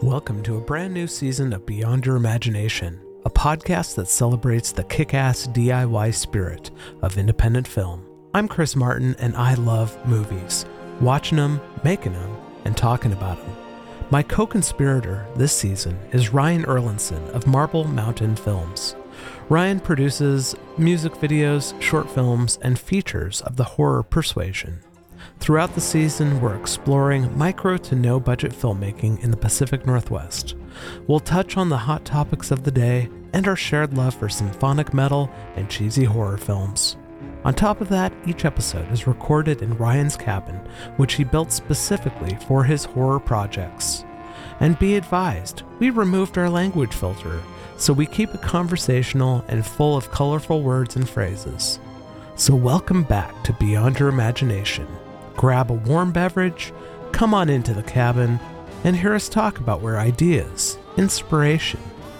Welcome to a brand new season of Beyond Your Imagination, a podcast that celebrates the kick ass DIY spirit of independent film. I'm Chris Martin, and I love movies, watching them, making them, and talking about them. My co conspirator this season is Ryan Erlinson of Marble Mountain Films. Ryan produces music videos, short films, and features of the horror persuasion. Throughout the season, we're exploring micro to no budget filmmaking in the Pacific Northwest. We'll touch on the hot topics of the day and our shared love for symphonic metal and cheesy horror films. On top of that, each episode is recorded in Ryan's cabin, which he built specifically for his horror projects. And be advised, we removed our language filter, so we keep it conversational and full of colorful words and phrases. So, welcome back to Beyond Your Imagination. Grab a warm beverage, come on into the cabin, and hear us talk about where ideas, inspiration,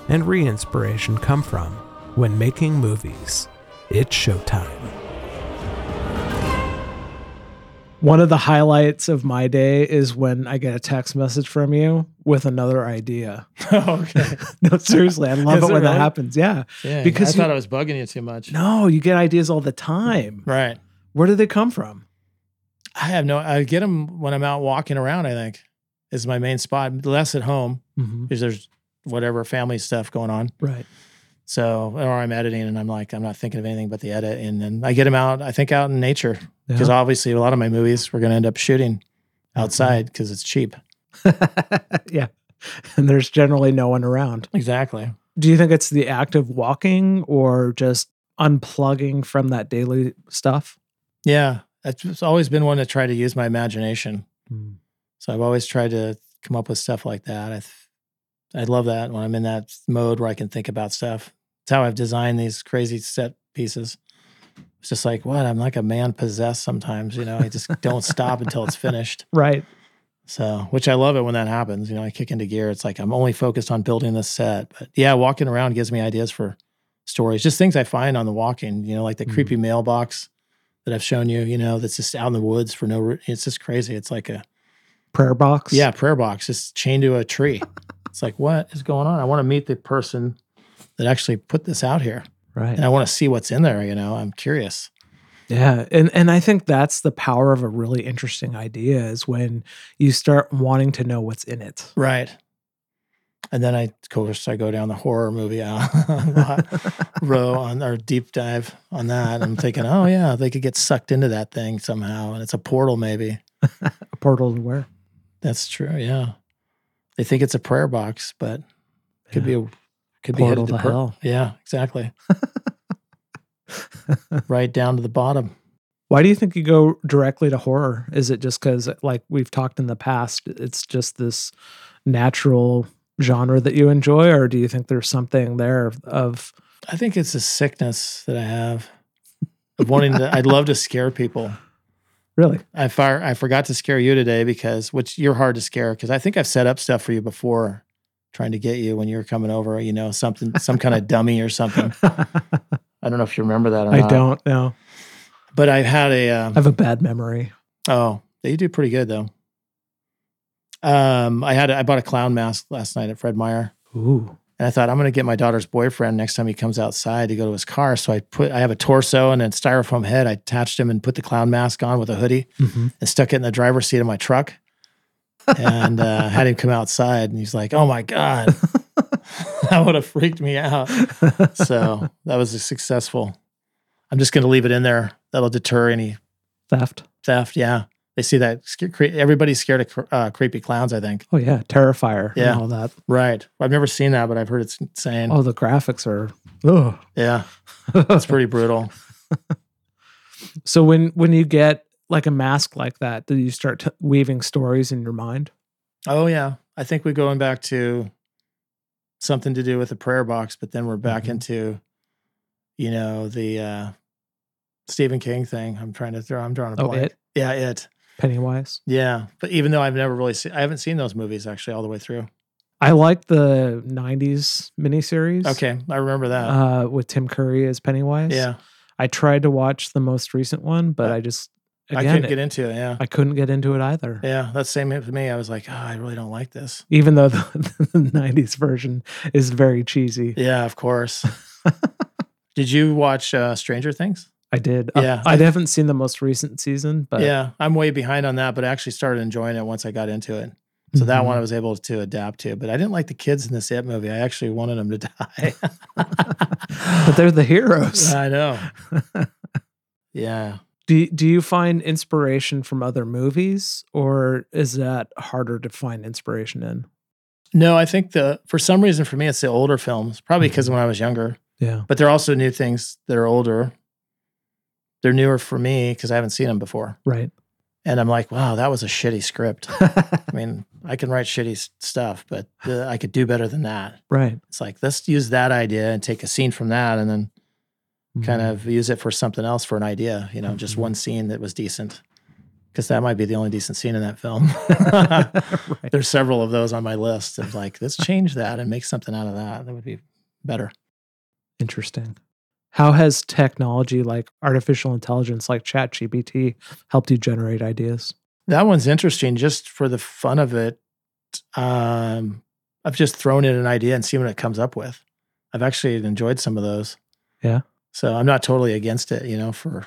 and re inspiration come from when making movies. It's showtime. One of the highlights of my day is when I get a text message from you with another idea. okay. no, seriously, I love Is it it when that really? happens. Yeah. Yeah. Because Because I you- thought I was bugging you too much. No, you get ideas all the time. Right. Where do they come from? I have no. I get them when I'm out walking around. I think is my main spot. Less at home Mm-hmm. because there's whatever family stuff going on. Right. So or I'm editing and I'm like I'm not thinking of anything but the edit. And then I get them out. I think out in nature Yeah. because obviously a lot of my movies we're going to end up shooting outside because it's cheap. yeah. And there's generally no one around. Exactly. Do you think it's the act of walking or just unplugging from that daily stuff? Yeah. That's it's always been one to try to use my imagination. Mm. So I've always tried to come up with stuff like that. I, th- I love that when I'm in that mode where I can think about stuff. It's how I've designed these crazy set pieces. It's just like, what? I'm like a man possessed sometimes, you know, I just don't stop until it's finished. Right. So, which I love it when that happens. You know, I kick into gear. It's like I'm only focused on building this set. But yeah, walking around gives me ideas for stories, just things I find on the walking, you know, like the Mhm. creepy mailbox that I've shown you, you know, that's just out in the woods for no, re- it's just crazy. It's like a, Prayer box. yeah, prayer box just chained to a tree. it's like, what is going on? I want to meet the person that actually put this out here, Right. and I want to see what's in there. You know, I'm curious. Yeah, and and I think that's the power of a really interesting idea is when you start wanting to know what's in it. Right. And then I, of course, I go down the horror movie Uh-huh. uh, row on or deep dive on that. I'm thinking, oh yeah, they could get sucked into that thing somehow, and it's a portal maybe. A portal to where? That's true. Yeah, they think it's a prayer box, but could be a could be Portal headed to pur- hell. Yeah, exactly. right down to the bottom. Why do you think you go directly to horror? Is it just because, like we've talked in the past, it's just this natural genre that you enjoy, or do you think there's something there of, of I think it's a sickness that I have of wanting to. I'd love to scare people. really? I far, I forgot to scare you today because which you're hard to scare because I think I've set up stuff for you before, trying to get you when you were coming over. You know something, some kind of dummy or something. I I don't know if you remember that. Or not. don't know. But I had a. I Um, have a bad memory. oh, you do pretty good though. Um, I had a, I bought a clown mask last night at Fred Meyer. Ooh, And I thought I'm going to get my daughter's boyfriend next time he comes outside to go to his car. So I put I have a torso and a styrofoam head. I attached him and put the clown mask on with a hoodie and stuck it in the driver's seat of my truck. And uh, had him come outside, and he's like, "Oh my god, that would have freaked me out." Mm-hmm. So that was a successful. I'm just going to leave it in there. That'll deter any theft. theft. Yeah, they see that. sca- cre- Everybody's scared of cr- uh, creepy clowns. I think. Oh yeah, Terrifier. Yeah. and all that. Right. I've never seen that, but I've heard it's insane. Oh, the graphics are. Ugh. Yeah, it's pretty brutal. So when when you get like a mask like that, do you start t- weaving stories in your mind? Oh yeah, I think we're going back to something to do with the prayer box, but then we're back Mhm. into, you know, the uh Stephen King thing. I'm trying to throw. I'm drawing a Oh, blank. it Yeah, it. Pennywise. Yeah, but even though I've never really seen, I haven't seen those movies actually all the way through. I like the '90s miniseries. Okay, I remember that. Uh, with Tim Curry as Pennywise. yeah, I tried to watch the most recent one, but I just I again, couldn't it- get into it. Yeah. I couldn't get into it either. Yeah. That's same with me. I was like, oh, I really don't like this. Even though the, the 90s version is very cheesy. Yeah, of course. Did you watch uh, Stranger Things? I did. I- Yeah. I, haven't seen the most recent season, but yeah, I'm way behind on that, but I actually started enjoying it once I got into it. So that one I was able to adapt to, but I didn't like the kids in this It movie. I actually wanted them to die. but they're the heroes. I know. Yeah. Do do you find inspiration from other movies, or is that harder to find inspiration in? No, I think the for some reason for me it's the older films, probably because when I was younger, Yeah, but they're also new things that are older. They're newer for me because I haven't seen them before. right. And I'm like, wow, that was a shitty script. I mean, I can write shitty s- stuff, but uh, I could do better than that. right. It's like, let's use that idea and take a scene from that and then Mm-hmm. kind of use it for something else for an idea, you know, just one scene that was decent. Cause that might be the only decent scene in that film. Mm. Right. There's several of those on my list. Of like, let's change that and make something out of that. That would be better. Interesting. How has technology like artificial intelligence like ChatGPT helped you generate ideas? That one's interesting just for the fun of it. Um, I've just thrown in an idea and seen what it comes up with. I've actually enjoyed some of those. Yeah. So I'm not totally against it, you know, for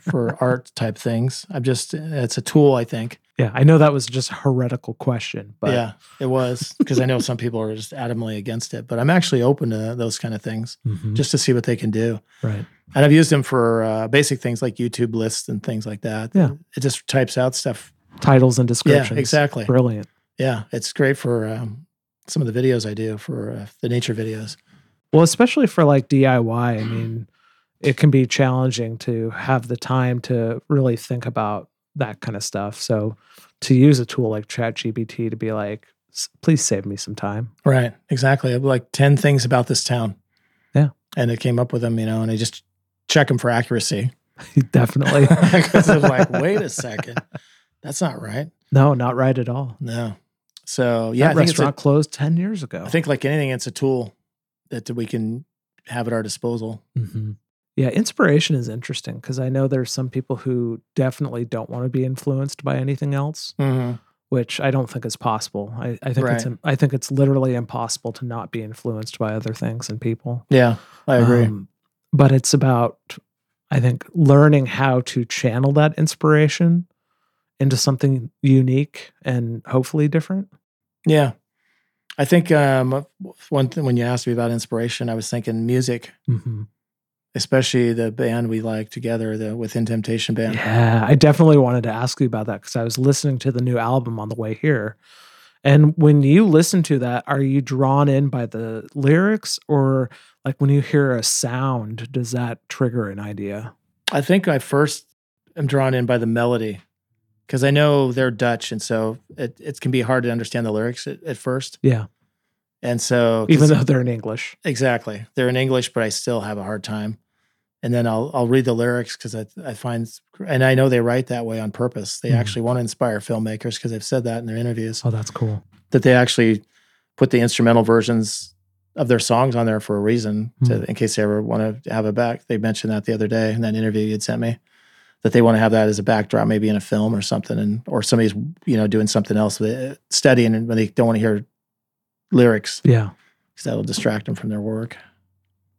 for art type things. I'm just it's a tool, I think. Yeah, I know that was just a heretical question, but yeah, it was because I know some people are just adamantly against it, but I'm actually open to those kind of things Mhm. just to see what they can do. right. And I've used them for uh, basic things like YouTube lists and things like that. Yeah. It just types out stuff. Titles and Yeah, descriptions. exactly. Brilliant. Yeah, it's great for um, some of the videos I do for uh, the nature videos. Well, especially for like DIY, I mean, it can be challenging to have the time to really think about that kind of stuff. So, to use a tool like ChatGPT to be like, "S- please save me some time. Right, exactly. I have, Like 10 things about this town. Yeah. And it came up with them, you know, and I just check them for accuracy. Definitely. Because I was like, wait a second, that's not right. No, not right at all. No. So, yeah, I that think, it's restaurant a, closed 10 years ago. I think like anything, it's a tool that we can have at our disposal. hmm Yeah, inspiration is interesting because I know there's some people who definitely don't want to be influenced by anything else, Mm-hmm. which I don't think is possible. I, I think it's Right. I think it's literally impossible to not be influenced by other things and people. Yeah, I agree. Um, but it's about I think learning how to channel that inspiration into something unique and hopefully different. yeah. I think um, one thing when you asked me about inspiration, I was thinking music. hmm especially the band we like together, the Within Temptation band. Yeah, I definitely wanted to ask you about that because I was listening to the new album on the way here. And when you listen to that, are you drawn in by the lyrics or like when you hear a sound, does that trigger an idea? I think I first am drawn in by the melody because I know they're Dutch, and so it, it can be hard to understand the lyrics at, at first. Yeah. And so 'cause- Even though they're in English. exactly they're in English, but I still have a hard time. And then I'll I'll read the lyrics because I I find and I know they write that way on purpose. They Mhm. actually want to inspire filmmakers because they've said that in their interviews Oh, that's cool. that they actually put the instrumental versions of their songs on there for a reason to, in case they ever want to have it back. They mentioned that the other day in that interview you'd sent me that they want to have that as a backdrop, maybe in a film or something, and or somebody's you know doing something else, uh, studying, and when they don't want to hear lyrics, Yeah. because that'll distract them from their work.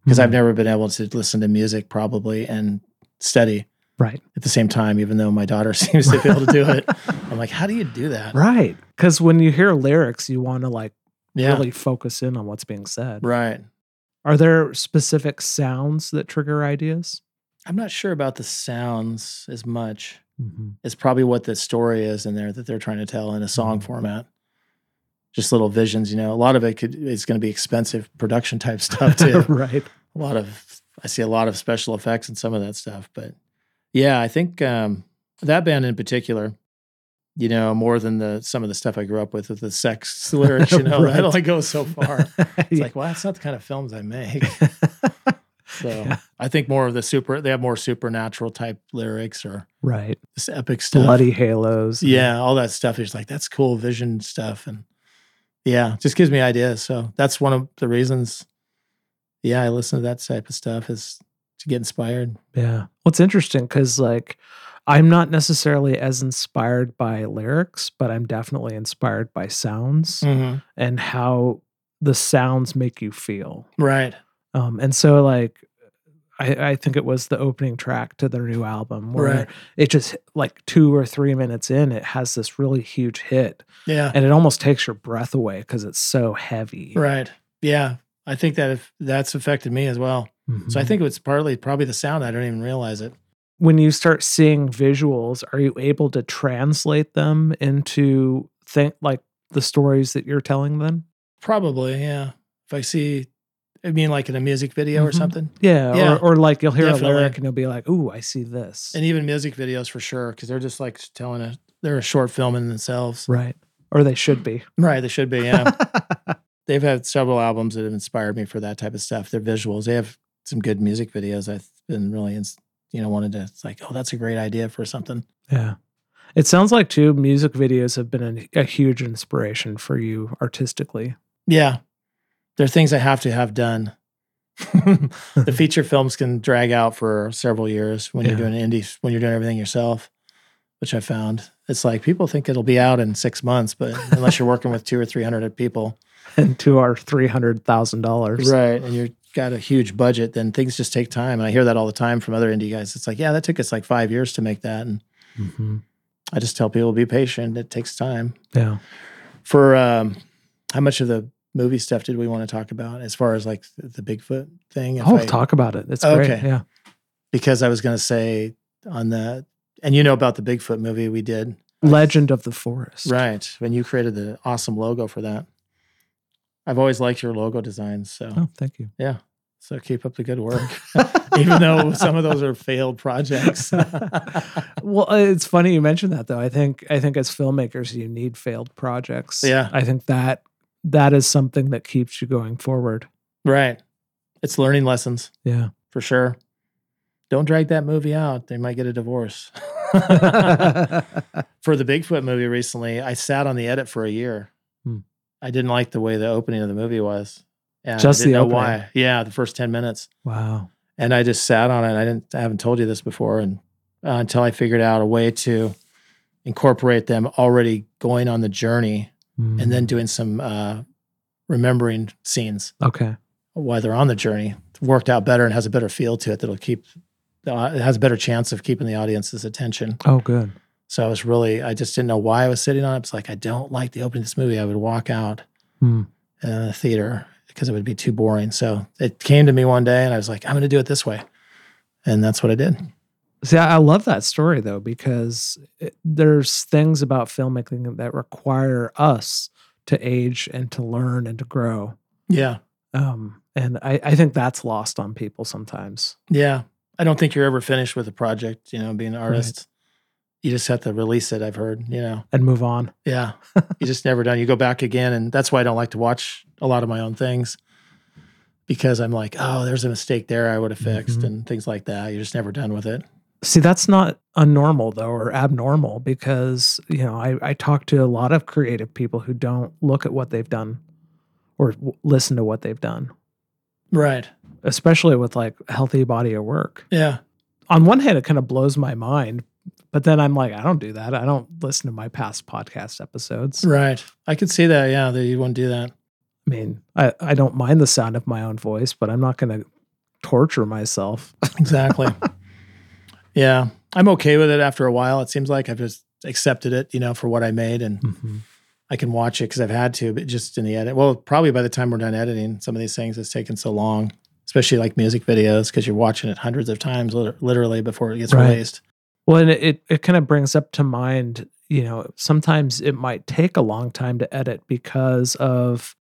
Because I've Mhm. never been able to listen to music probably and study Right. at the same time, even though my daughter seems to be able to do it. I'm like, how do you do that? Right. Because when you hear lyrics, you want to like Yeah, really focus in on what's being said. right. Are there specific sounds that trigger ideas? I'm not sure about the sounds as much. It's probably what the story is in there that they're trying to tell in a song Mhm. format. Just little visions, you know. A lot of it could it's going to be expensive production type stuff too. right. a lot of I see a lot of special effects and some of that stuff, but yeah, I think um, that band in particular, you know, more than the some of the stuff I grew up with with the sex lyrics, you know, Right. that only goes so far. It's Yeah. like, well, that's not the kind of films I make. So I think more of the super, they have more supernatural type lyrics or right. this epic stuff. Bloody halos. and- Yeah, all that stuff is like, that's cool vision stuff. And yeah, just gives me ideas. So that's one of the reasons. Yeah, I listen to that type of stuff is to get inspired. Yeah. What's interesting because like I'm not necessarily as inspired by lyrics, but I'm definitely inspired by sounds Mm-hmm. and how the sounds make you feel. Right. Um, and so like I, I think it was the opening track to their new album where Right. it just like two or three minutes in, it has this really huge hit Yeah. and it almost takes your breath away because it's so heavy. Uh. Right. Yeah. I think that if that's affected me as well. So I Mhm. think it's partly probably the sound. I don't even realize it. when you start seeing visuals, are you able to translate them into think like the stories that you're telling them? Probably. Yeah. If I see, I mean, like in a music video or Mhm. something, Yeah, Yeah, or, or like you'll hear definitely. a lyric and you'll be like, "Ooh, I see this." and even music videos for sure, because they're just like telling a they're a short film in themselves. right, or they should be. Right. They should be. Yeah. They've had several albums that have inspired me for that type of stuff. Their visuals. They have some good music videos. I've been really, ins- you know, wanted to. It's like, oh, that's a great idea for something. yeah, it sounds like too. Music videos have been a, a huge inspiration for you artistically. Yeah. There are things I have to have done. the feature films can drag out for several years when you're Yeah. doing indie, when you're doing everything yourself, which I found. It's like people think it'll be out in six months, but unless you're working with two or 300 people, and to our three hundred thousand dollars, right, and you've got a huge budget, then things just take time. And I hear that all the time from other indie guys. It's like, yeah, that took us like five years to make that. And Mm-hmm. I just tell people, be patient, it takes time. Yeah, for um how much of the movie stuff did we want to talk about as far as like the Bigfoot thing? If oh, I- talk about it. It's great. Okay. Yeah, Because I was going to say on the, and you know about the Bigfoot movie we did, Legend of the Forest. right? When you created the awesome logo for that. I've always liked your logo designs. So, Oh, thank you. so keep up the good work, even though some of those are failed projects. well, uh, it's funny you mentioned that though. I think I think as filmmakers, you need failed projects. Yeah. I think that that is something that keeps you going forward. right. It's learning lessons Yeah, for sure. Don't drag that movie out. They might get a divorce. for the Bigfoot movie recently, I sat on the edit for a year. Hmm. I didn't like the way the opening of the movie was. And Just I didn't the know opening? why. Yeah, the first 10 minutes. wow. And I just sat on it. I didn't I haven't told you this before and uh, until I figured out a way to incorporate them already going on the journey Hmm. and Mm-hmm. then doing some uh remembering scenes okay, while they're on the journey worked out better and has a better feel to it that'll keep uh, it has a better chance of keeping the audience's attention. oh good. So I was really, I just didn't know why I was sitting on it. It's like, I don't like the opening of this movie. I would walk out Hmm. in the theater because it would be too boring. So it came to me one day and I was like, I'm going to do it this way. And that's what I did. See, I I love that story though because it, there's things about filmmaking that require us to age and to learn and to grow. Yeah. Um, and I, I think that's lost on people sometimes. Yeah. I don't think you're ever finished with a project, you know, being an artist. You just have to release it, I've heard, you know. And move on. Yeah. you just never done. You go back again. And that's why I don't like to watch a lot of my own things because I'm like, oh, there's a mistake there I would have fixed Mhm. and things like that. You're just never done with it. See, that's not unnormal though, or abnormal, because you know I, I talk to a lot of creative people who don't look at what they've done or w- listen to what they've done, Right. especially with like healthy body of work. Yeah. On one hand, it kind of blows my mind, but then I'm like, I don't do that. I don't listen to my past podcast episodes. Right. I could see that. Yeah, that you wouldn't do that. I mean, I, I don't mind the sound of my own voice, but I'm not going to torture myself. Exactly. yeah, I'm okay with it after a while. It seems like I've just accepted it, you know, for what I made, and I can watch it because I've had to. But just in the edit, well, probably by the time we're done editing, some of these things it's taken so long, especially like music videos, because you're watching it hundreds of times lit- literally before it gets Right. released. Well, and it, it, it kind of brings up to mind, you know, sometimes it might take a long time to edit because of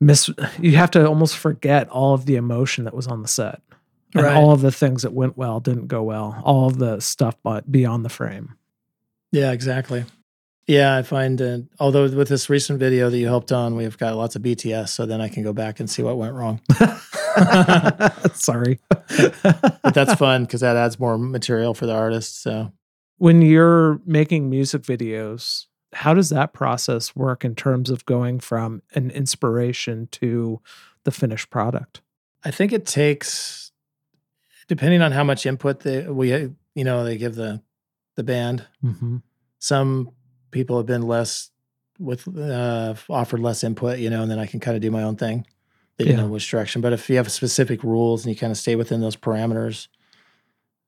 miss you have to almost forget all of the emotion that was on the set. And Right. all of the things that went well didn't go well. All of the stuff bu- beyond the frame. Yeah, exactly. Yeah, I find, uh, although with this recent video that you helped on, we've got lots of BTS, so then I can go back and see what went wrong. Sorry. but that's fun because that adds more material for the artist. So when you're making music videos, how does that process work in terms of going from an inspiration to the finished product? I think it takes, depending on how much input they, we, you know, they give the the band. Mm-hmm. Some people have been less with uh, offered less input, you know, and then I can kind of do my own thing. They didn't Yeah. know which direction, but if you have specific rules and you kind of stay within those parameters,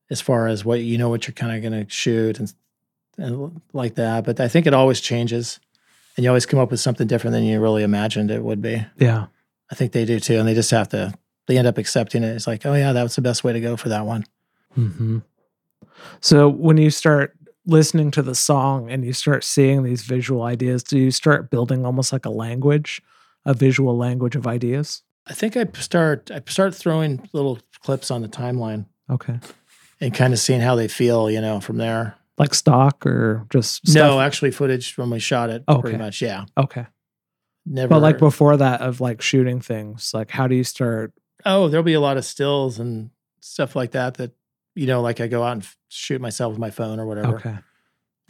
as far as what you know, what you're kind of going to shoot and and like that. But I think it always changes, and you always come up with something different than you really imagined it would be. Yeah. I think they do too, and they just have to. They end up accepting it. It's like, oh yeah, that was the best way to go for that one. Mm-hmm. So when you start listening to the song and you start seeing these visual ideas, do you start building almost like a language, a visual language of ideas? I think I p- start I start throwing little clips on the timeline Okay. and kind of seeing how they feel, you know, from there. Like stock or just No, stuff? actually, footage when we shot it, Okay. pretty much, yeah. Okay. Never. But like before that of like shooting things, like how do you start? oh, there'll be a lot of stills and stuff like that. That you know, like I go out and f- shoot myself with my phone or whatever, Okay.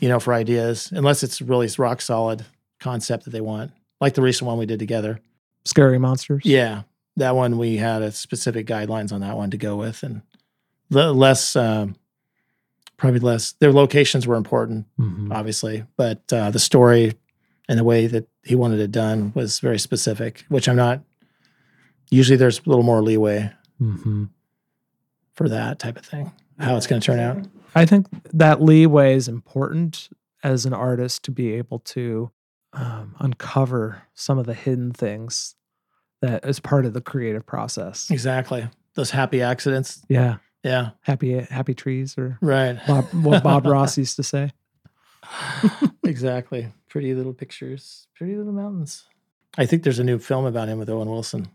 you know, for ideas. Unless it's really rock solid concept that they want, like the recent one we did together. Scary monsters? Yeah, that one we had a specific guidelines on that one to go with, and le- less, um, probably less. Their locations were important, Mhm. obviously, but uh, the story and the way that he wanted it done was very specific. Which I'm not. Usually, there's a little more leeway Mhm. for that type of thing. How it's going to turn out. I think that leeway is important as an artist to be able to um, uncover some of the hidden things that is part of the creative process. Exactly. Those happy accidents. Yeah, Yeah. happy happy trees, or Right. Bob, what Bob Ross used to say. exactly. Pretty little pictures. Pretty little mountains. I think there's a new film about him with Owen Wilson.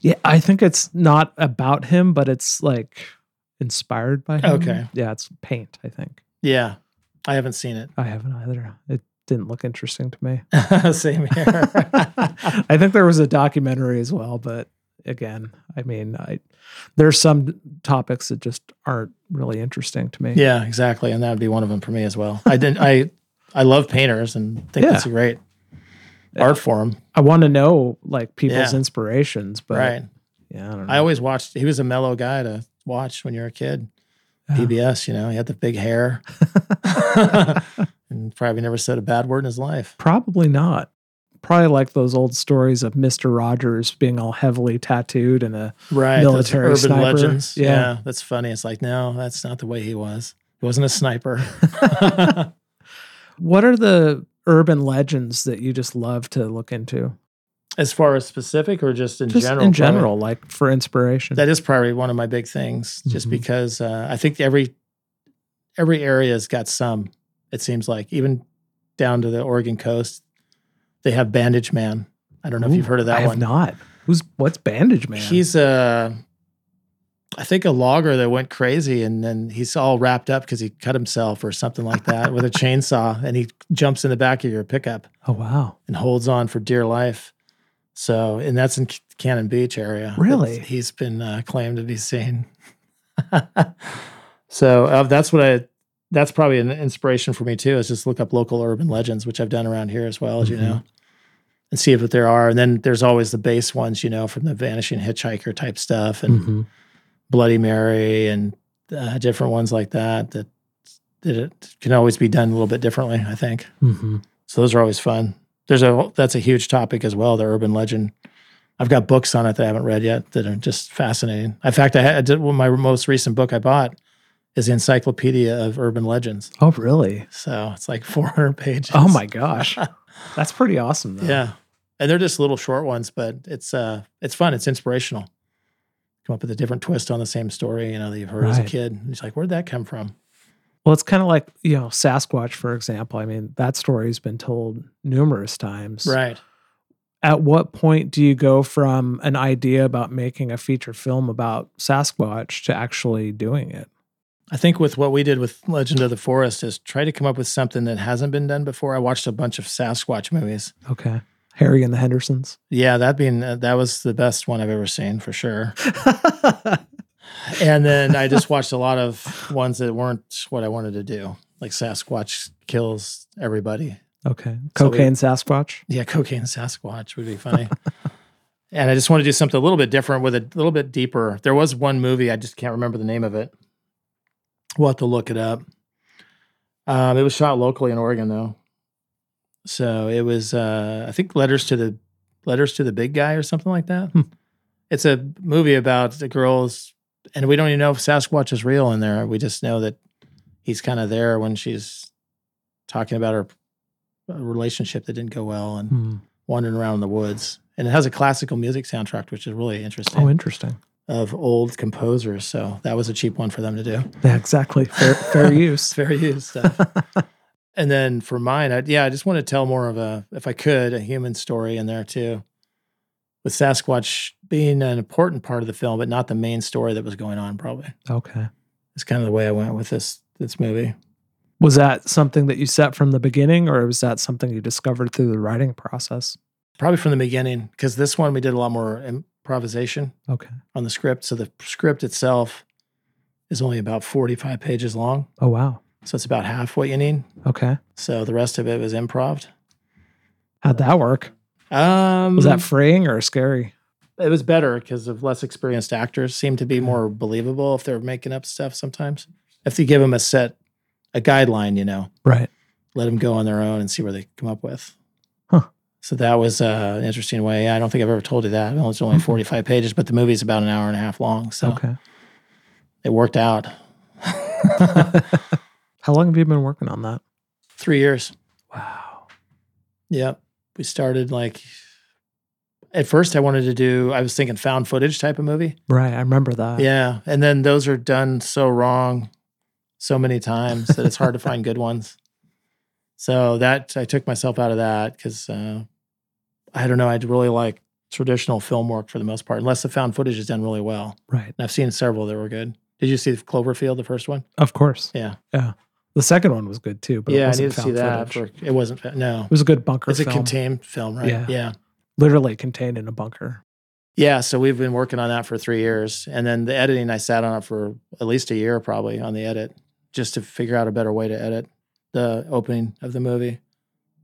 Yeah, I think it's not about him, but it's like inspired by him. Okay. Yeah, it's paint. I think Yeah. I haven't seen it. I haven't either. It didn't look interesting to me. Same here. I think there was a documentary as well, but again, I mean, I there's some topics that just aren't really interesting to me. yeah, exactly. And that would be one of them for me as well. I didn't I I love painters and think Yeah. that's a great art form. I want to know like people's Yeah. inspirations, but right. yeah, I don't know. I always watched he was a mellow guy to watch when you were a kid. Yeah. PBS, you know, he had the big hair. and probably never said a bad word in his life. Probably not. Probably like those old stories of Mister Rogers being all heavily tattooed and a right those military urban sniper. legends Yeah. yeah. that's funny it's like no that's not the way he was he wasn't a sniper what are the urban legends that you just love to look into? as far as specific or just in just general in probably? general, like for inspiration. that is probably one of my big things just Mhm. because uh, i think every every area's got some it seems like even down to the oregon coast they have bandage man i don't know if you've Ooh, heard of that I have one not. Who's what's Bandage Man? he's a I think a logger that went crazy and then he's all wrapped up because he cut himself or something like that with a chainsaw and he jumps in the back of your pickup oh wow. and holds on for dear life. So, and that's in C- Cannon Beach area. that Really? He's been uh, claimed to be seen. so uh, that's what I, that's probably an inspiration for me too, is just look up local urban legends, which I've done around here as well, as Mhm. you know, and see if there are. And then there's always the base ones, you know, from the Vanishing Hitchhiker type stuff and Mhm. Bloody Mary and uh, different ones like that, that, that it can always be done a little bit differently, I think. Mhm. So those are always fun. There's a that's a huge topic as well, the urban legend. I've got books on it that I haven't read yet that are just fascinating. In fact, I, had, I did well, my most recent book I bought is the Encyclopedia of Urban Legends. Oh really? So it's like 400 pages. Oh my gosh. That's pretty awesome though. yeah, and they're just little short ones, but it's uh it's fun. It's inspirational. Come up with a different twist on the same story, you know, that you've heard as a Right. kid. It's like, where'd that come from? Well, it's kind of like, you know, Sasquatch for example. I mean, that story's been told numerous times. Right. At what point do you go from an idea about making a feature film about Sasquatch to actually doing it? I think with what we did with Legend of the Forest is try to come up with something that hasn't been done before. I watched a bunch of Sasquatch movies. Okay. Harry and the Hendersons. Yeah, that being uh, that was the best one I've ever seen for sure. And then I just watched a lot of ones that weren't what I wanted to do, like Sasquatch kills everybody. okay. So we- Cocaine Sasquatch. Yeah, cocaine Sasquatch would be funny. and I just want to do something a little bit different with a little bit deeper. There was one movie I just can't remember the name of it. We'll have to look it up. Um, it was shot locally in Oregon though, so it was uh, I think letters to the letters to the big guy or something like that. Hmm. It's a movie about the girls, and we don't even know if Sasquatch is real in there. We just know that he's kind of there when she's talking about her uh, relationship that didn't go well and Hmm. wandering around in the woods. And it has a classical music soundtrack, which is really interesting Oh, interesting. of old composers. So that was a cheap one for them to do. Yeah, exactly. Fair, fair use. It's fair use stuff. and then for mine, I, yeah, I just want to tell more of a, if I could, a human story in there too, with Sasquatch being an important part of the film, but not the main story that was going on. Probably Okay. it's kind of the way I went with this this movie. Was that something that you set from the beginning, or was that something you discovered through the writing process? Probably from the beginning, because this one we did a lot more improvisation Okay. on the script. So the script itself is only about forty five pages long. Oh, wow. So it's about half what you need. Okay. So the rest of it was improv. How'd that work? Um, Was that freeing or scary? it was better because of less experienced actors seem to be more believable if they're making up stuff sometimes. If you give them a set, a guideline, you know, Right. let them go on their own and see where they come up with. Huh. So that was uh, an interesting way. I don't think I've ever told you that. Well, It's only 45 pages, but the movie's about an hour and a half long. So Hmm. Okay. it worked out. How long have you been working on that? Three years. Wow. Yep. We started like, at first I wanted to do, I was thinking found footage type of movie. Right. I remember that. Yeah, and then those are done so wrong so many times that it's hard to find good ones. So that I took myself out of that because uh, I don't know. I'd really like traditional film work for the most part, unless the found footage is done really well. Right. And I've seen several that were good. Did you see Cloverfield, the first one? Of course. Yeah, The second one was good too, but it yeah. I wasn't need to see found that. footage. for- it wasn't. fa- No, It was a good bunker it's a film. contained film, right? Yeah. yeah. literally contained in a bunker. Yeah, so we've been working on that for three years, and then the editing I sat on it for at least a year, probably on the edit, just to figure out a better way to edit the opening of the movie.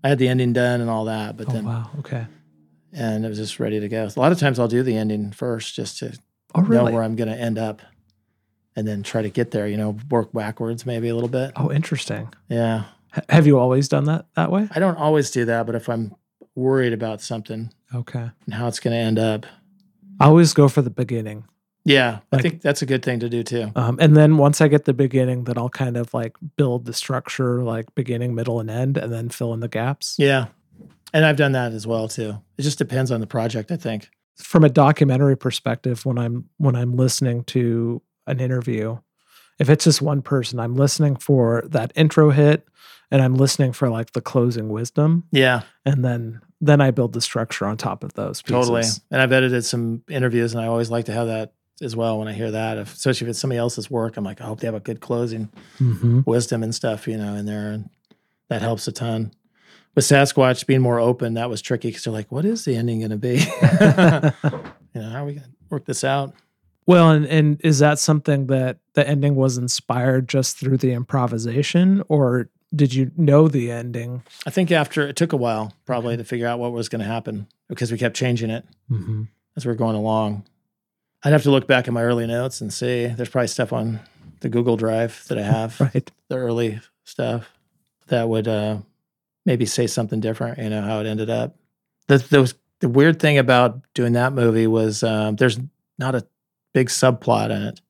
I had the ending done and all that, but oh then wow. Okay. and it was just ready to go. A lot of times I'll do the ending first just to Oh know really? where I'm going to end up, and then try to get there. You know, work backwards maybe a little bit. oh, interesting. Yeah, H- have you always done that that way? I don't always do that, but if I'm worried about something Okay. and how it's going to end up, I always go for the beginning. yeah, I Like- think that's a good thing to do too. Um, and then once I get the beginning, then I'll kind of like build the structure, like beginning, middle, and end, and then fill in the gaps. Yeah. And I've done that as well too. It just depends on the project, I think. From a documentary perspective, when I'm when I'm listening to an interview, if it's just one person, I'm listening for that intro hit, and I'm listening for like the closing wisdom, Yeah, and then then I build the structure on top of those. Pieces. totally. And I've edited some interviews and I always like to have that as well when I hear that. If, especially if it's somebody else's work, I'm like, I hope they have a good closing hmm wisdom and stuff, you know, in there. And that helps a ton. With Sasquatch being more open, that was tricky because they're like, what is the ending going to be? you know, how are we going to work this out? Well, and, and is that something that the ending was inspired just through the improvisation, or did you know the ending? I think after it took a while probably to figure out what was going to happen because we kept changing it. Mm-hmm. as we're going along. I'd have to look back at my early notes and see. There's probably stuff on the Google Drive that I have, Right. the early stuff that would uh, maybe say something different. You know how it ended up. The the, the weird thing about doing that movie was um, there's not a big subplot in it.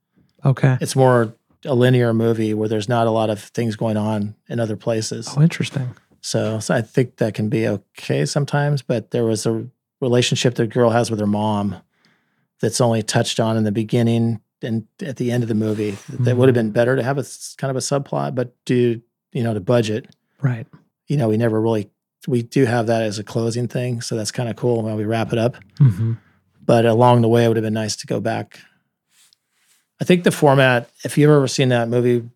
Okay. It's more a linear movie where there's not a lot of things going on in other places. Oh, interesting. So, so I think that can be okay sometimes, but there was a relationship the girl has with her mom that's only touched on in the beginning and at the end of the movie. That would Mm-hmm. have been better to have a s- kind of a subplot, but do you know to budget? Right. You know, we never really we do have that as a closing thing, so that's kind of cool when we wrap it up. Mm-hmm. But along the way, it would have been nice to go back. I think the format. If you've ever seen that movie,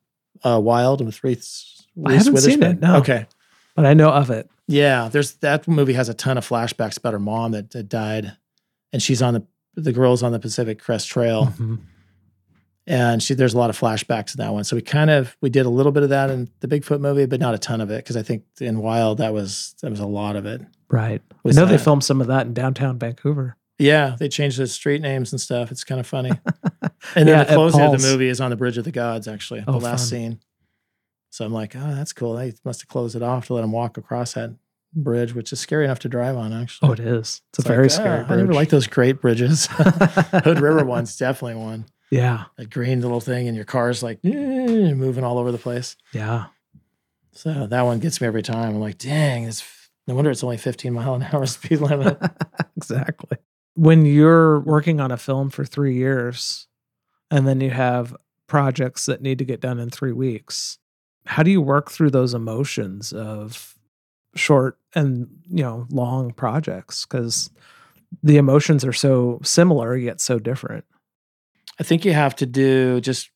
uh, Wild with Reese, I haven't Reese seen it, Witherspoon? no. Okay. But I know of it. Yeah, there's that movie has a ton of flashbacks about her mom that, that died, and she's on the the girls on the Pacific Crest Trail, Mhm. and she there's a lot of flashbacks in that one. So we kind of we did a little bit of that in the Bigfoot movie, but not a ton of it because I think in Wild that was that was a lot of it. Right. I Was know they that- filmed some of that in downtown Vancouver. Yeah, they changed the street names and stuff. It's kind of funny. and then Yeah, the at closing of the Paul's. movie is on the Bridge of the Gods, actually, Oh, the last fun. scene. So I'm like, oh, that's cool. They must have closed it off to let him walk across that bridge, which is scary enough to drive on, actually. Oh, it is. It's, It's a like, very ah, scary I never liked those great bridges. Hood River one's definitely one. Yeah. That green little thing, and your car's like "Eh," moving all over the place. Yeah. So that one gets me every time. I'm like, dang, it's no wonder it's only 15 mile an hour speed limit. exactly. When you're working on a film for three years and then you have projects that need to get done in three weeks, how do you work through those emotions of short and, you know, long projects? Because the emotions are so similar yet so different. I think you have to do just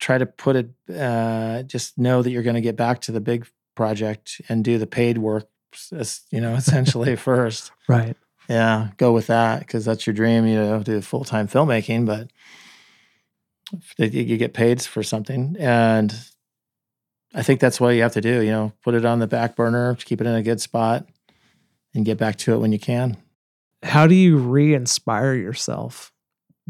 try to put it, uh, just know that you're going to get back to the big project and do the paid work, es- you know, essentially first. Right. Yeah, go with that because that's your dream. You know, do full time filmmaking, but if you you get paid for something, and I think that's what you have to do. You know, put it on the back burner, keep it in a good spot, and get back to it when you can. How do you re inspire yourself?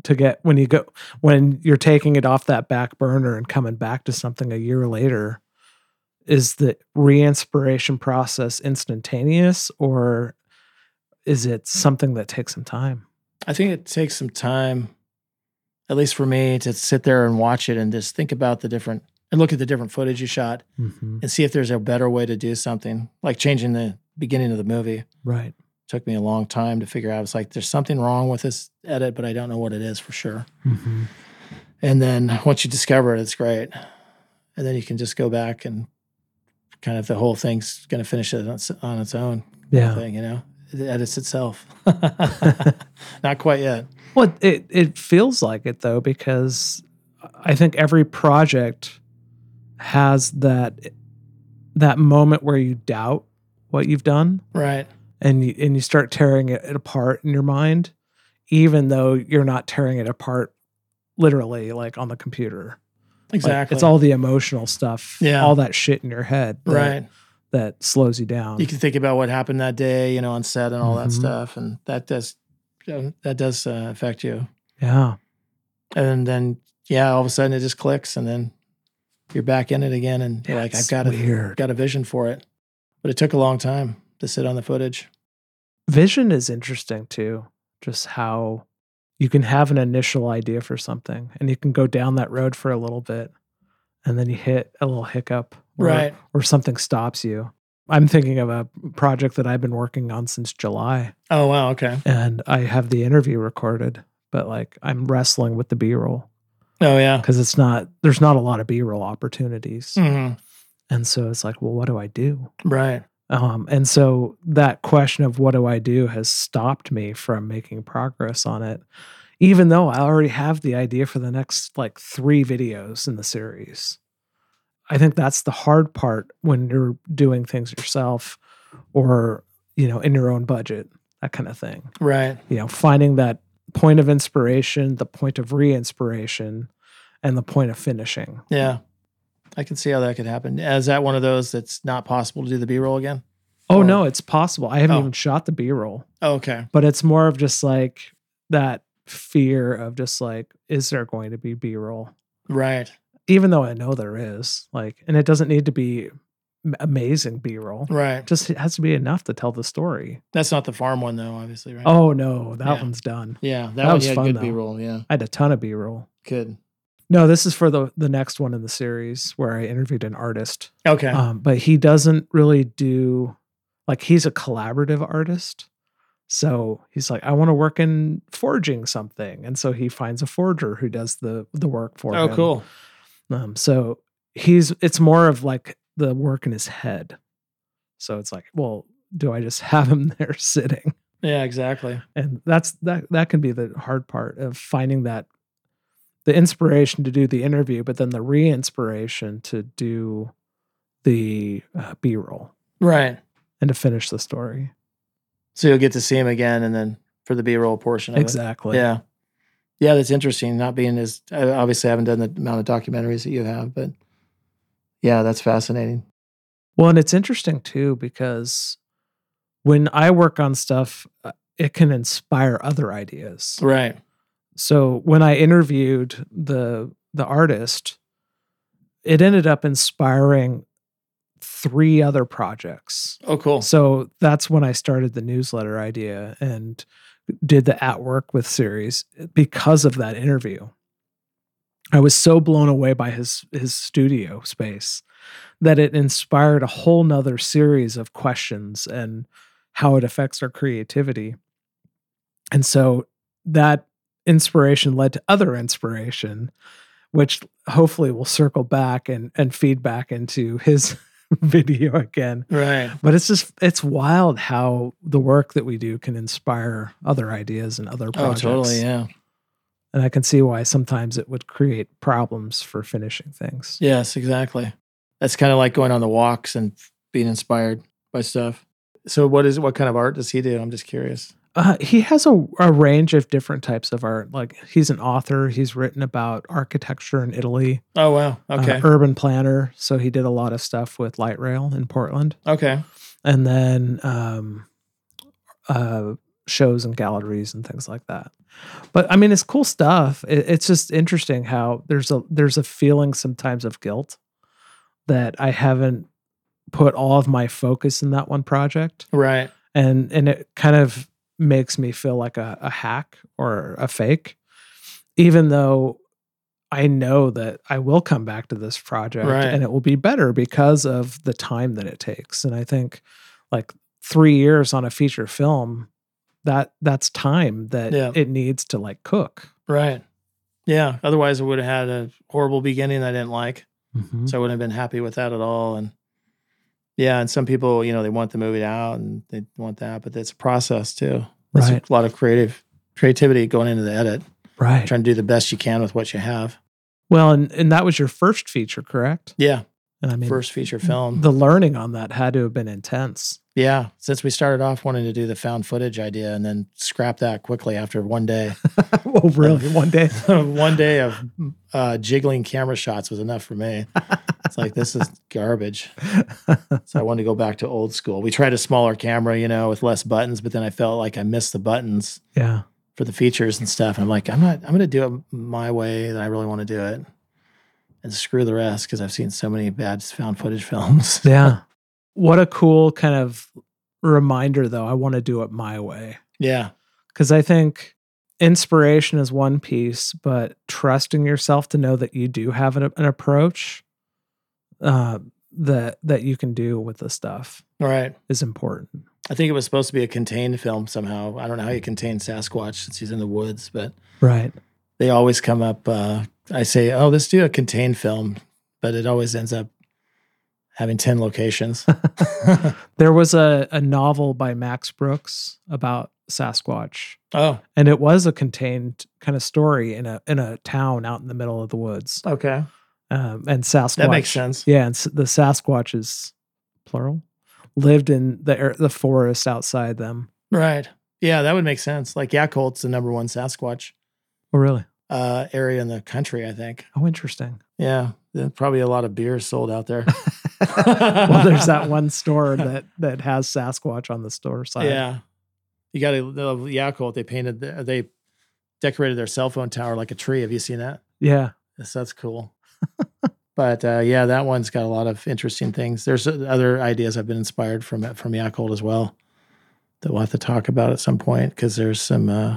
to get when you go when you're taking it off that back burner and coming back to something a year later is the re-inspiration process instantaneous or is it something that takes some time I think it takes some time, at least for me, to sit there and watch it and just think about the different and look at the different footage you shot and see if there's a better way to do something, like changing the beginning of the movie. right took me a long time to figure out. It's like there's something wrong with this edit, but I don't know what it is for sure. And then once you discover it, it's great. And then you can just go back and kind of the whole thing's going to finish it on its, on its own yeah thing, you know? It edits itself. Not quite yet. well it it feels like it though because i think every project has that that moment where you doubt what you've done Right. and you, and you start tearing it apart in your mind, even though you're not tearing it apart literally like on the computer. Like, Exactly. it's all the emotional stuff, Yeah. all that shit in your head that, right. that slows you down. You can think about what happened that day, you know, on set and all that Mhm. stuff. And that does, that does uh, affect you. yeah. and then yeah, all of a sudden it just clicks, and then you're back in it again, and you're like That's I've got a weird. got a vision for it, but it took a long time to sit on the footage. Vision is interesting too, just how you can have an initial idea for something and you can go down that road for a little bit and then you hit a little hiccup or- or something stops you. I'm thinking of a project that I've been working on since July. Oh wow. Okay. and I have the interview recorded, but like I'm wrestling with the B roll Oh yeah. because it's not there's not a lot of B roll opportunities, hmm and so it's like, well, what do I do? Right. Um, and so that question of what do I do has stopped me from making progress on it, even though I already have the idea for the next like three videos in the series. I think that's the hard part when you're doing things yourself or, you know, in your own budget, that kind of thing Right. you know, finding that point of inspiration, the point of re-inspiration, and the point of finishing. Yeah. I can see how that could happen. Is that one of those that's not possible to do the B roll again? Oh Or- no, it's possible. I haven't Oh. even shot the B-roll, Oh, okay. but it's more of just like that fear of just like, is there going to be B-roll? Right. Even though I know there is, like, and it doesn't need to be m- amazing B-roll. Right. Just it has to be enough to tell the story. That's not the farm one though, obviously. Right. Oh no, that Yeah. one's done. Yeah. That, that one was you had fun, good though. B roll. Yeah. I had a ton of B-roll. Good. No, this is for the the next one in the series where I interviewed an artist Okay. um, but he doesn't really do like he's a collaborative artist so he's like i want to work in forging something and so he finds a forger who does the the work for oh, him cool. um, so he's it's more of like the work in his head so it's like well do i just have him there sitting Yeah. Exactly. and that's that that can be the hard part of finding that the inspiration to do the interview but then the re-inspiration to do the uh, b-roll Right. and to finish the story So you'll get to see him again, and then for the B roll portion. Of it. exactly yeah. Yeah, that's interesting. Not being as I obviously I haven't done the amount of documentaries that you have, but yeah, that's fascinating. well and it's interesting too because when i work on stuff uh, it can inspire other ideas Right. so when i interviewed the the artist it ended up inspiring three other projects. Oh, cool. So that's when I started the newsletter idea and did the At Work with series because of that interview. I was so blown away by his his studio space that it inspired a whole nother series of questions and how it affects our creativity. And so that inspiration led to other inspiration, which hopefully will circle back and and feed back into his video again. Right. But it's just it's wild how the work that we do can inspire other ideas and other Oh, projects. totally. Yeah. And I can see why sometimes it would create problems for finishing things. Yes, exactly. That's kind of like going on the walks and being inspired by stuff. So what is what kind of art does he do? I'm just curious. Uh, he has a, a range of different types of art. Like he's an author. He's written about architecture in Italy. Oh wow. Okay. uh, urban planner. So he did a lot of stuff with light rail in Portland, okay. and then um, uh, shows and galleries and things like that. But I mean, it's cool stuff. It, it's just interesting how there's a there's a feeling sometimes of guilt that I haven't put all of my focus in that one project Right. and and it kind of makes me feel like a, a hack or a fake even though i know that i will come back to this project Right. and it will be better because of the time that it takes and i think like three years on a feature film that that's time that Yeah. it needs to like cook Right. Yeah. Otherwise I would have had a horrible beginning I didn't like. Mm-hmm. So I wouldn't have been happy with that at all. And yeah, and some people, you know, they want the movie out and they want that, but that's a process too. There's Right. a lot of creative creativity going into the edit, right trying to do the best you can with what you have. well and, and that was your first feature correct Yeah. and i mean First feature film. the learning on that had to have been intense Yeah, since we started off wanting to do the found footage idea and then scrap that quickly after one day. oh really one day one day of uh, jiggling camera shots was enough for me. It's like this is garbage. So I wanted to go back to old school. We tried a smaller camera, you know, with less buttons, but then I felt like I missed the buttons yeah for the features and stuff. And I'm like, I'm not. I'm going to do it my way that I really want to do it, and screw the rest because I've seen so many bad found footage films. Yeah. What a cool kind of reminder, though. I want to do it my way. yeah, Because I think inspiration is one piece, but trusting yourself to know that you do have an, an approach uh, that that you can do with the stuff all right. is important. I think it was supposed to be a contained film somehow. I don't know how you contain Sasquatch since he's in the woods, but Right. they always come up. Uh, I say, oh, let's do a contained film, but it always ends up having 10 locations. There was a, a novel by Max Brooks about Sasquatch. oh, And it was a contained kind of story in a in a town out in the middle of the woods. okay. Um, and Sasquatch That makes sense. Yeah, and s- the Sasquatches, plural, lived in the air, the forest outside them. Right. Yeah, that would make sense. Like Yakult's the number one Sasquatch Oh, really? uh, area in the country, I think. Oh, interesting. Yeah, there's probably a lot of beer sold out there. Well, there's that one store that that has Sasquatch on the store side. Yeah. You got to love Yakult. They painted, the, they decorated their cell phone tower like a tree. Have you seen that? yeah, Yes, that's cool. but uh, yeah, that one's got a lot of interesting things. There's uh, other ideas I've been inspired from from Yakult as well that we'll have to talk about at some point because there's some uh,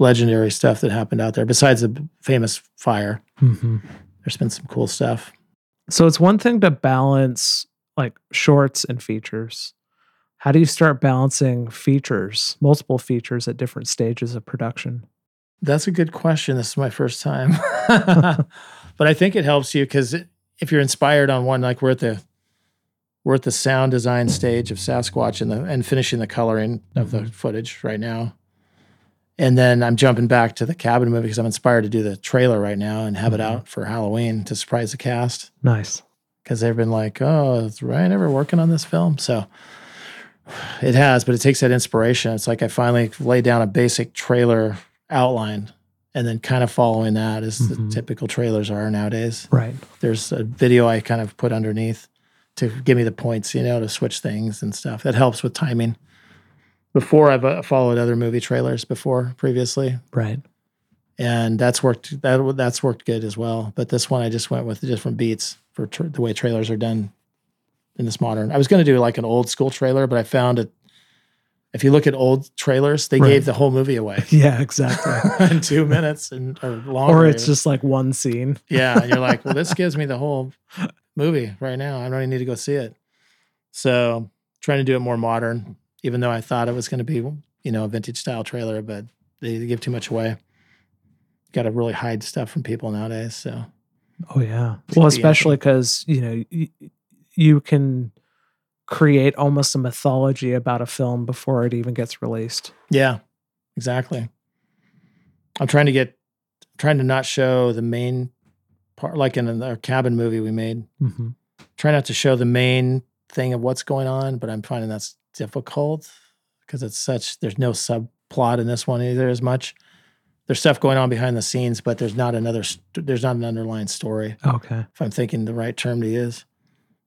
legendary stuff that happened out there. Besides the b- famous fire, Mhm. there's been some cool stuff. So it's one thing to balance like shorts and features. How do you start balancing features, multiple features at different stages of production? That's a good question. This is my first time, but I think it helps you because if you're inspired on one, like we're at the we're at the sound design stage of Sasquatch and the and finishing the coloring of the footage right now, and then I'm jumping back to the cabin movie because I'm inspired to do the trailer right now and have it Mhm. out for Halloween to surprise the cast Nice. because they've been like, "Oh, is Ryan ever working on this film?" So it has, but it takes that inspiration. It's like I finally lay down a basic trailer outline, and then kind of following that as Mhm. the typical trailers are nowadays. Right. There's a video I kind of put underneath to give me the points, you know, to switch things and stuff. That helps with timing. Before I've uh, followed other movie trailers before previously, Right. and that's worked that that's worked good as well. But this one I just went with different beats for tr the way trailers are done in this modern. I was going to do like an old school trailer, but I found it. If you look at old trailers, they Right. gave the whole movie away Yeah, exactly. in two minutes and or longer. or it's just like one scene. yeah, and you're like, well, this gives me the whole movie right now. I don't even need to go see it. So trying to do it more modern, even though I thought it was going to be you know a vintage style trailer, but they, they give too much away. Got to really hide stuff from people nowadays. So Oh yeah. Could Well, be especially because you know you, you can create almost a mythology about a film before it even gets released. yeah, exactly. I'm trying to get trying to not show the main part, like in our cabin movie we made. Mm-hmm. try not to show the main thing of what's going on, but I'm finding that's difficult because it's such there's no subplot in this one either as much. There's stuff going on behind the scenes, but there's not another st- there's not an underlying story. Okay. If I'm thinking the right term to use,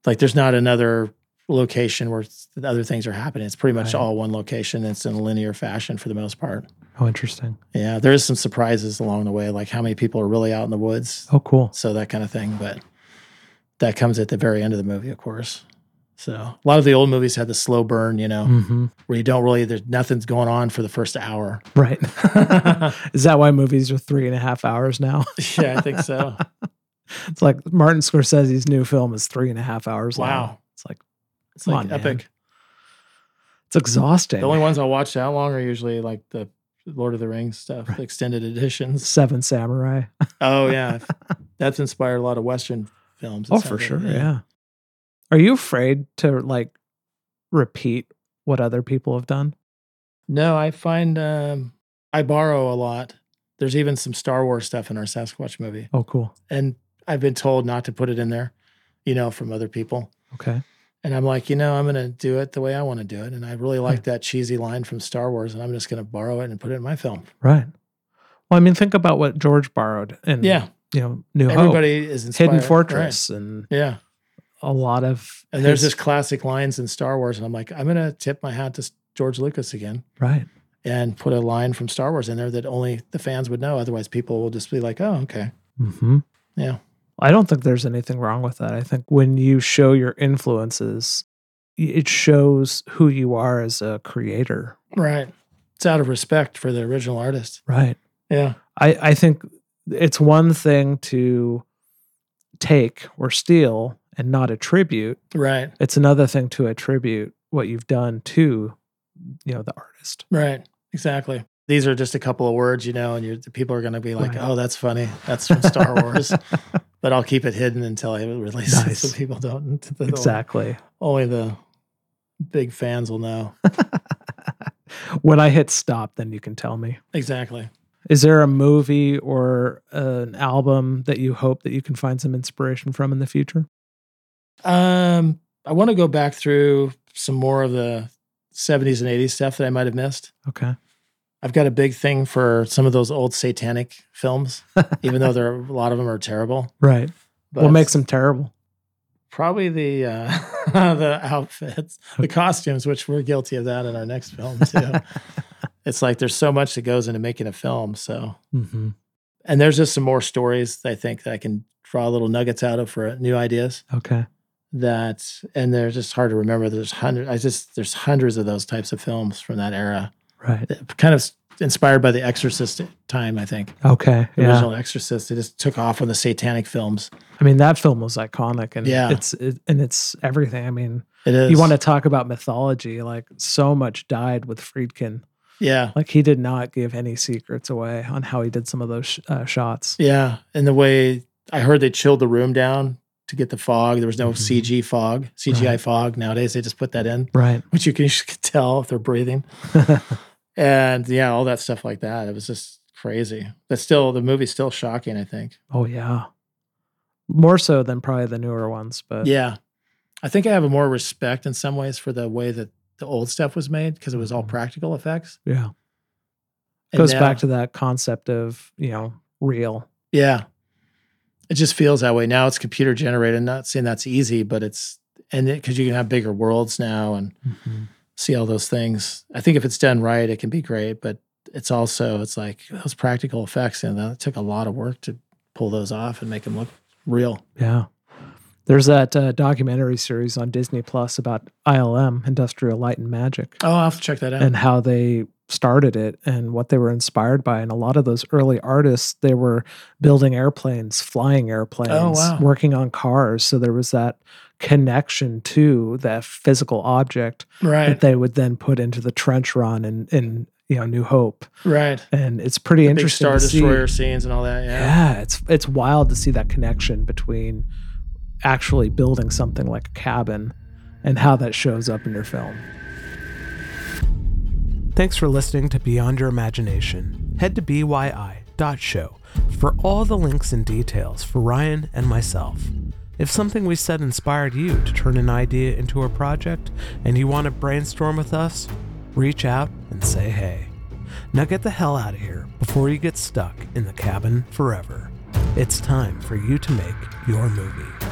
like there's not another location where s- the other things are happening. It's pretty much Right. all one location. It's in a linear fashion for the most part. How Oh, interesting. Yeah, there is some surprises along the way, like how many people are really out in the woods Oh, cool. so that kind of thing. But that comes at the very end of the movie, of course. So a lot of the old movies had the slow burn, you know, hmm where you don't really there's nothing's going on for the first hour. Right. Is that why movies are three and a half hours now? yeah, I think so. It's like Martin Scorsese's new film is three and a half hours long. Wow. It's like It's Come like on, man. epic. it's exhausting. The only ones I watch that long are usually like the Lord of the Rings stuff, the extended editions. Seven Samurai. Oh yeah, that's inspired a lot of Western films. it Oh, sounds for like, sure. Yeah. Are you afraid to like repeat what other people have done? No, I find um, I borrow a lot. There's even some Star Wars stuff in our Sasquatch movie. Oh, cool. and I've been told not to put it in there, you know, from other people. Okay. And I'm like, you know, I'm going to do it the way I want to do it. And I really like that cheesy line from Star Wars, and I'm just going to borrow it and put it in my film. Right. Well, I mean, think about what George borrowed and Yeah, you know, Oh. New Hope, everybody is inspired. Hidden right. Fortress, and Yeah, a lot of and there's his- this classic lines in Star Wars, and I'm like, I'm going to tip my hat to S- George Lucas again right. and put a line from Star Wars in there that only the fans would know. Otherwise, people will just be like, oh, okay, Mm-hmm. Yeah. I don't think there's anything wrong with that. I think when you show your influences, y- it shows who you are as a creator. right. It's out of respect for the original artist. Right. Yeah, I, I think it's one thing to take or steal and not attribute. right, It's another thing to attribute what you've done to, you know, the artist. right, exactly. These are just a couple of words, you know, and you're, the people are going to be like, Right. "Oh, that's funny. That's from Star Wars." but I'll keep it hidden until I release Nice. it so people don't. the- the- exactly. Only the big fans will know. when I hit stop, then you can tell me. exactly. Is there a movie or an album that you hope that you can find some inspiration from in the future? Um, I want to go back through some more of the 70s and 80s stuff that I might have missed. Okay. I've got a big thing for some of those old satanic films, even though there are, a lot of them are terrible. Right. But what makes them terrible? probably the uh, the outfits, the costumes, which we're guilty of that in our next film too. it's like there's so much that goes into making a film, so Mm-hmm. and there's just some more stories I think that I can draw little nuggets out of for uh, new ideas Okay. that and they're just hard to remember there's hundred I just there's hundreds of those types of films from that era Right. That kind of inspired by the exorcist time I think Okay. the yeah. original exorcist they just took off on the satanic films I mean, that film was iconic, and Yeah. it's it, and it's everything. I mean, it is you want to talk about mythology? Like, so much died with Friedkin. yeah Like, he did not give any secrets away on how he did some of those sh- uh, shots. yeah and the way I heard they chilled the room down to get the fog there was no Mhm. CG fog CGI fog nowadays they just put that in Right. which you can, you can tell if they're breathing and yeah, all that stuff like that. It was just crazy. But still, the movie's still shocking. I think. oh yeah. More so than probably the newer ones, but Yeah, I think I have a more respect in some ways for the way that the old stuff was made because it was all Mhm. practical effects. yeah. And Goes now- back to that concept of you know real. yeah. It just feels that way now. It's computer generated. Not saying that's easy, but it's and because you can have bigger Mm-hmm. worlds now and see all those things. I think if it's done right, it can be great. But it's also it's like those practical effects and that took a lot of work to pull those off and make them look real. Yeah. There's that uh, documentary series on Disney Plus about ILM, Industrial Light and Magic, Oh, I'll have to check that out. and how they started it and what they were inspired by. And a lot of those early artists, they were building airplanes, flying airplanes, Oh, wow. working on cars. So there was that connection to that physical object right, that they would then put into the trench run and in you know New Hope. right. And it's pretty The big interesting. Star to see. Destroyer scenes and all that. Yeah. Yeah, it's it's wild to see that connection between actually building something like a cabin and how that shows up in your film. Thanks for listening to Beyond Your Imagination. Head to byi.show for all the links and details for Ryan and myself. If something we said inspired you to turn an idea into a project and you want to brainstorm with us, reach out and say hey. Now get the hell out of here before you get stuck in the cabin forever. It's time for you to make your movie.